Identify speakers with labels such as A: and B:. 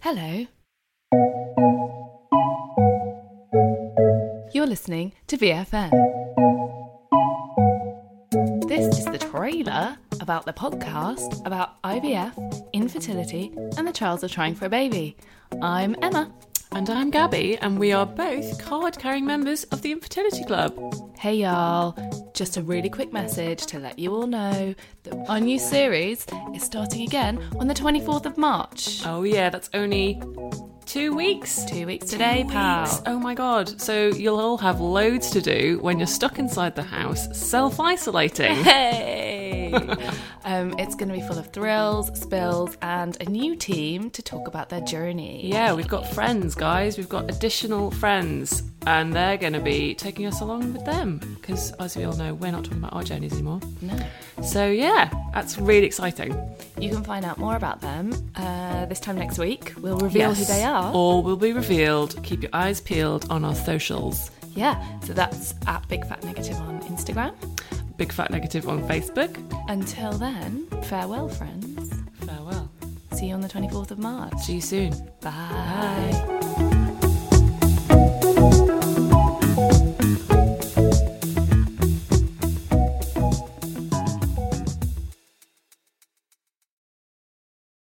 A: Hello. You're listening to VFM. This is the trailer about the podcast about IVF, infertility, and the trials of trying for a baby. I'm Emma.
B: And I'm Gabby, and we are both card carrying members of the Infertility Club.
A: Hey y'all, just a really quick message to let you all know that our new series is starting again on the 24th of March.
B: Oh, yeah, that's only two weeks.
A: Two weeks today, pal.
B: Weeks. Oh my god. So you'll all have loads to do when you're stuck inside the house self isolating.
A: Hey! um, it's going to be full of thrills, spills, and a new team to talk about their journey.
B: yeah, we've got friends, guys. We've got additional friends, and they're going to be taking us along with them because, as we all know, we're not talking about our journeys anymore.
A: No.
B: So, yeah, that's really exciting.
A: You can find out more about them uh, this time next week. We'll reveal who
B: Yes.
A: they are.
B: All will be revealed. Keep your eyes peeled on our socials.
A: yeah, so that's at Big Fat Negative on Instagram.
B: Big Fat Negative on Facebook.
A: Until then, farewell, friends.
B: Farewell.
A: See you on the 24th of March.
B: See you soon.
A: Bye.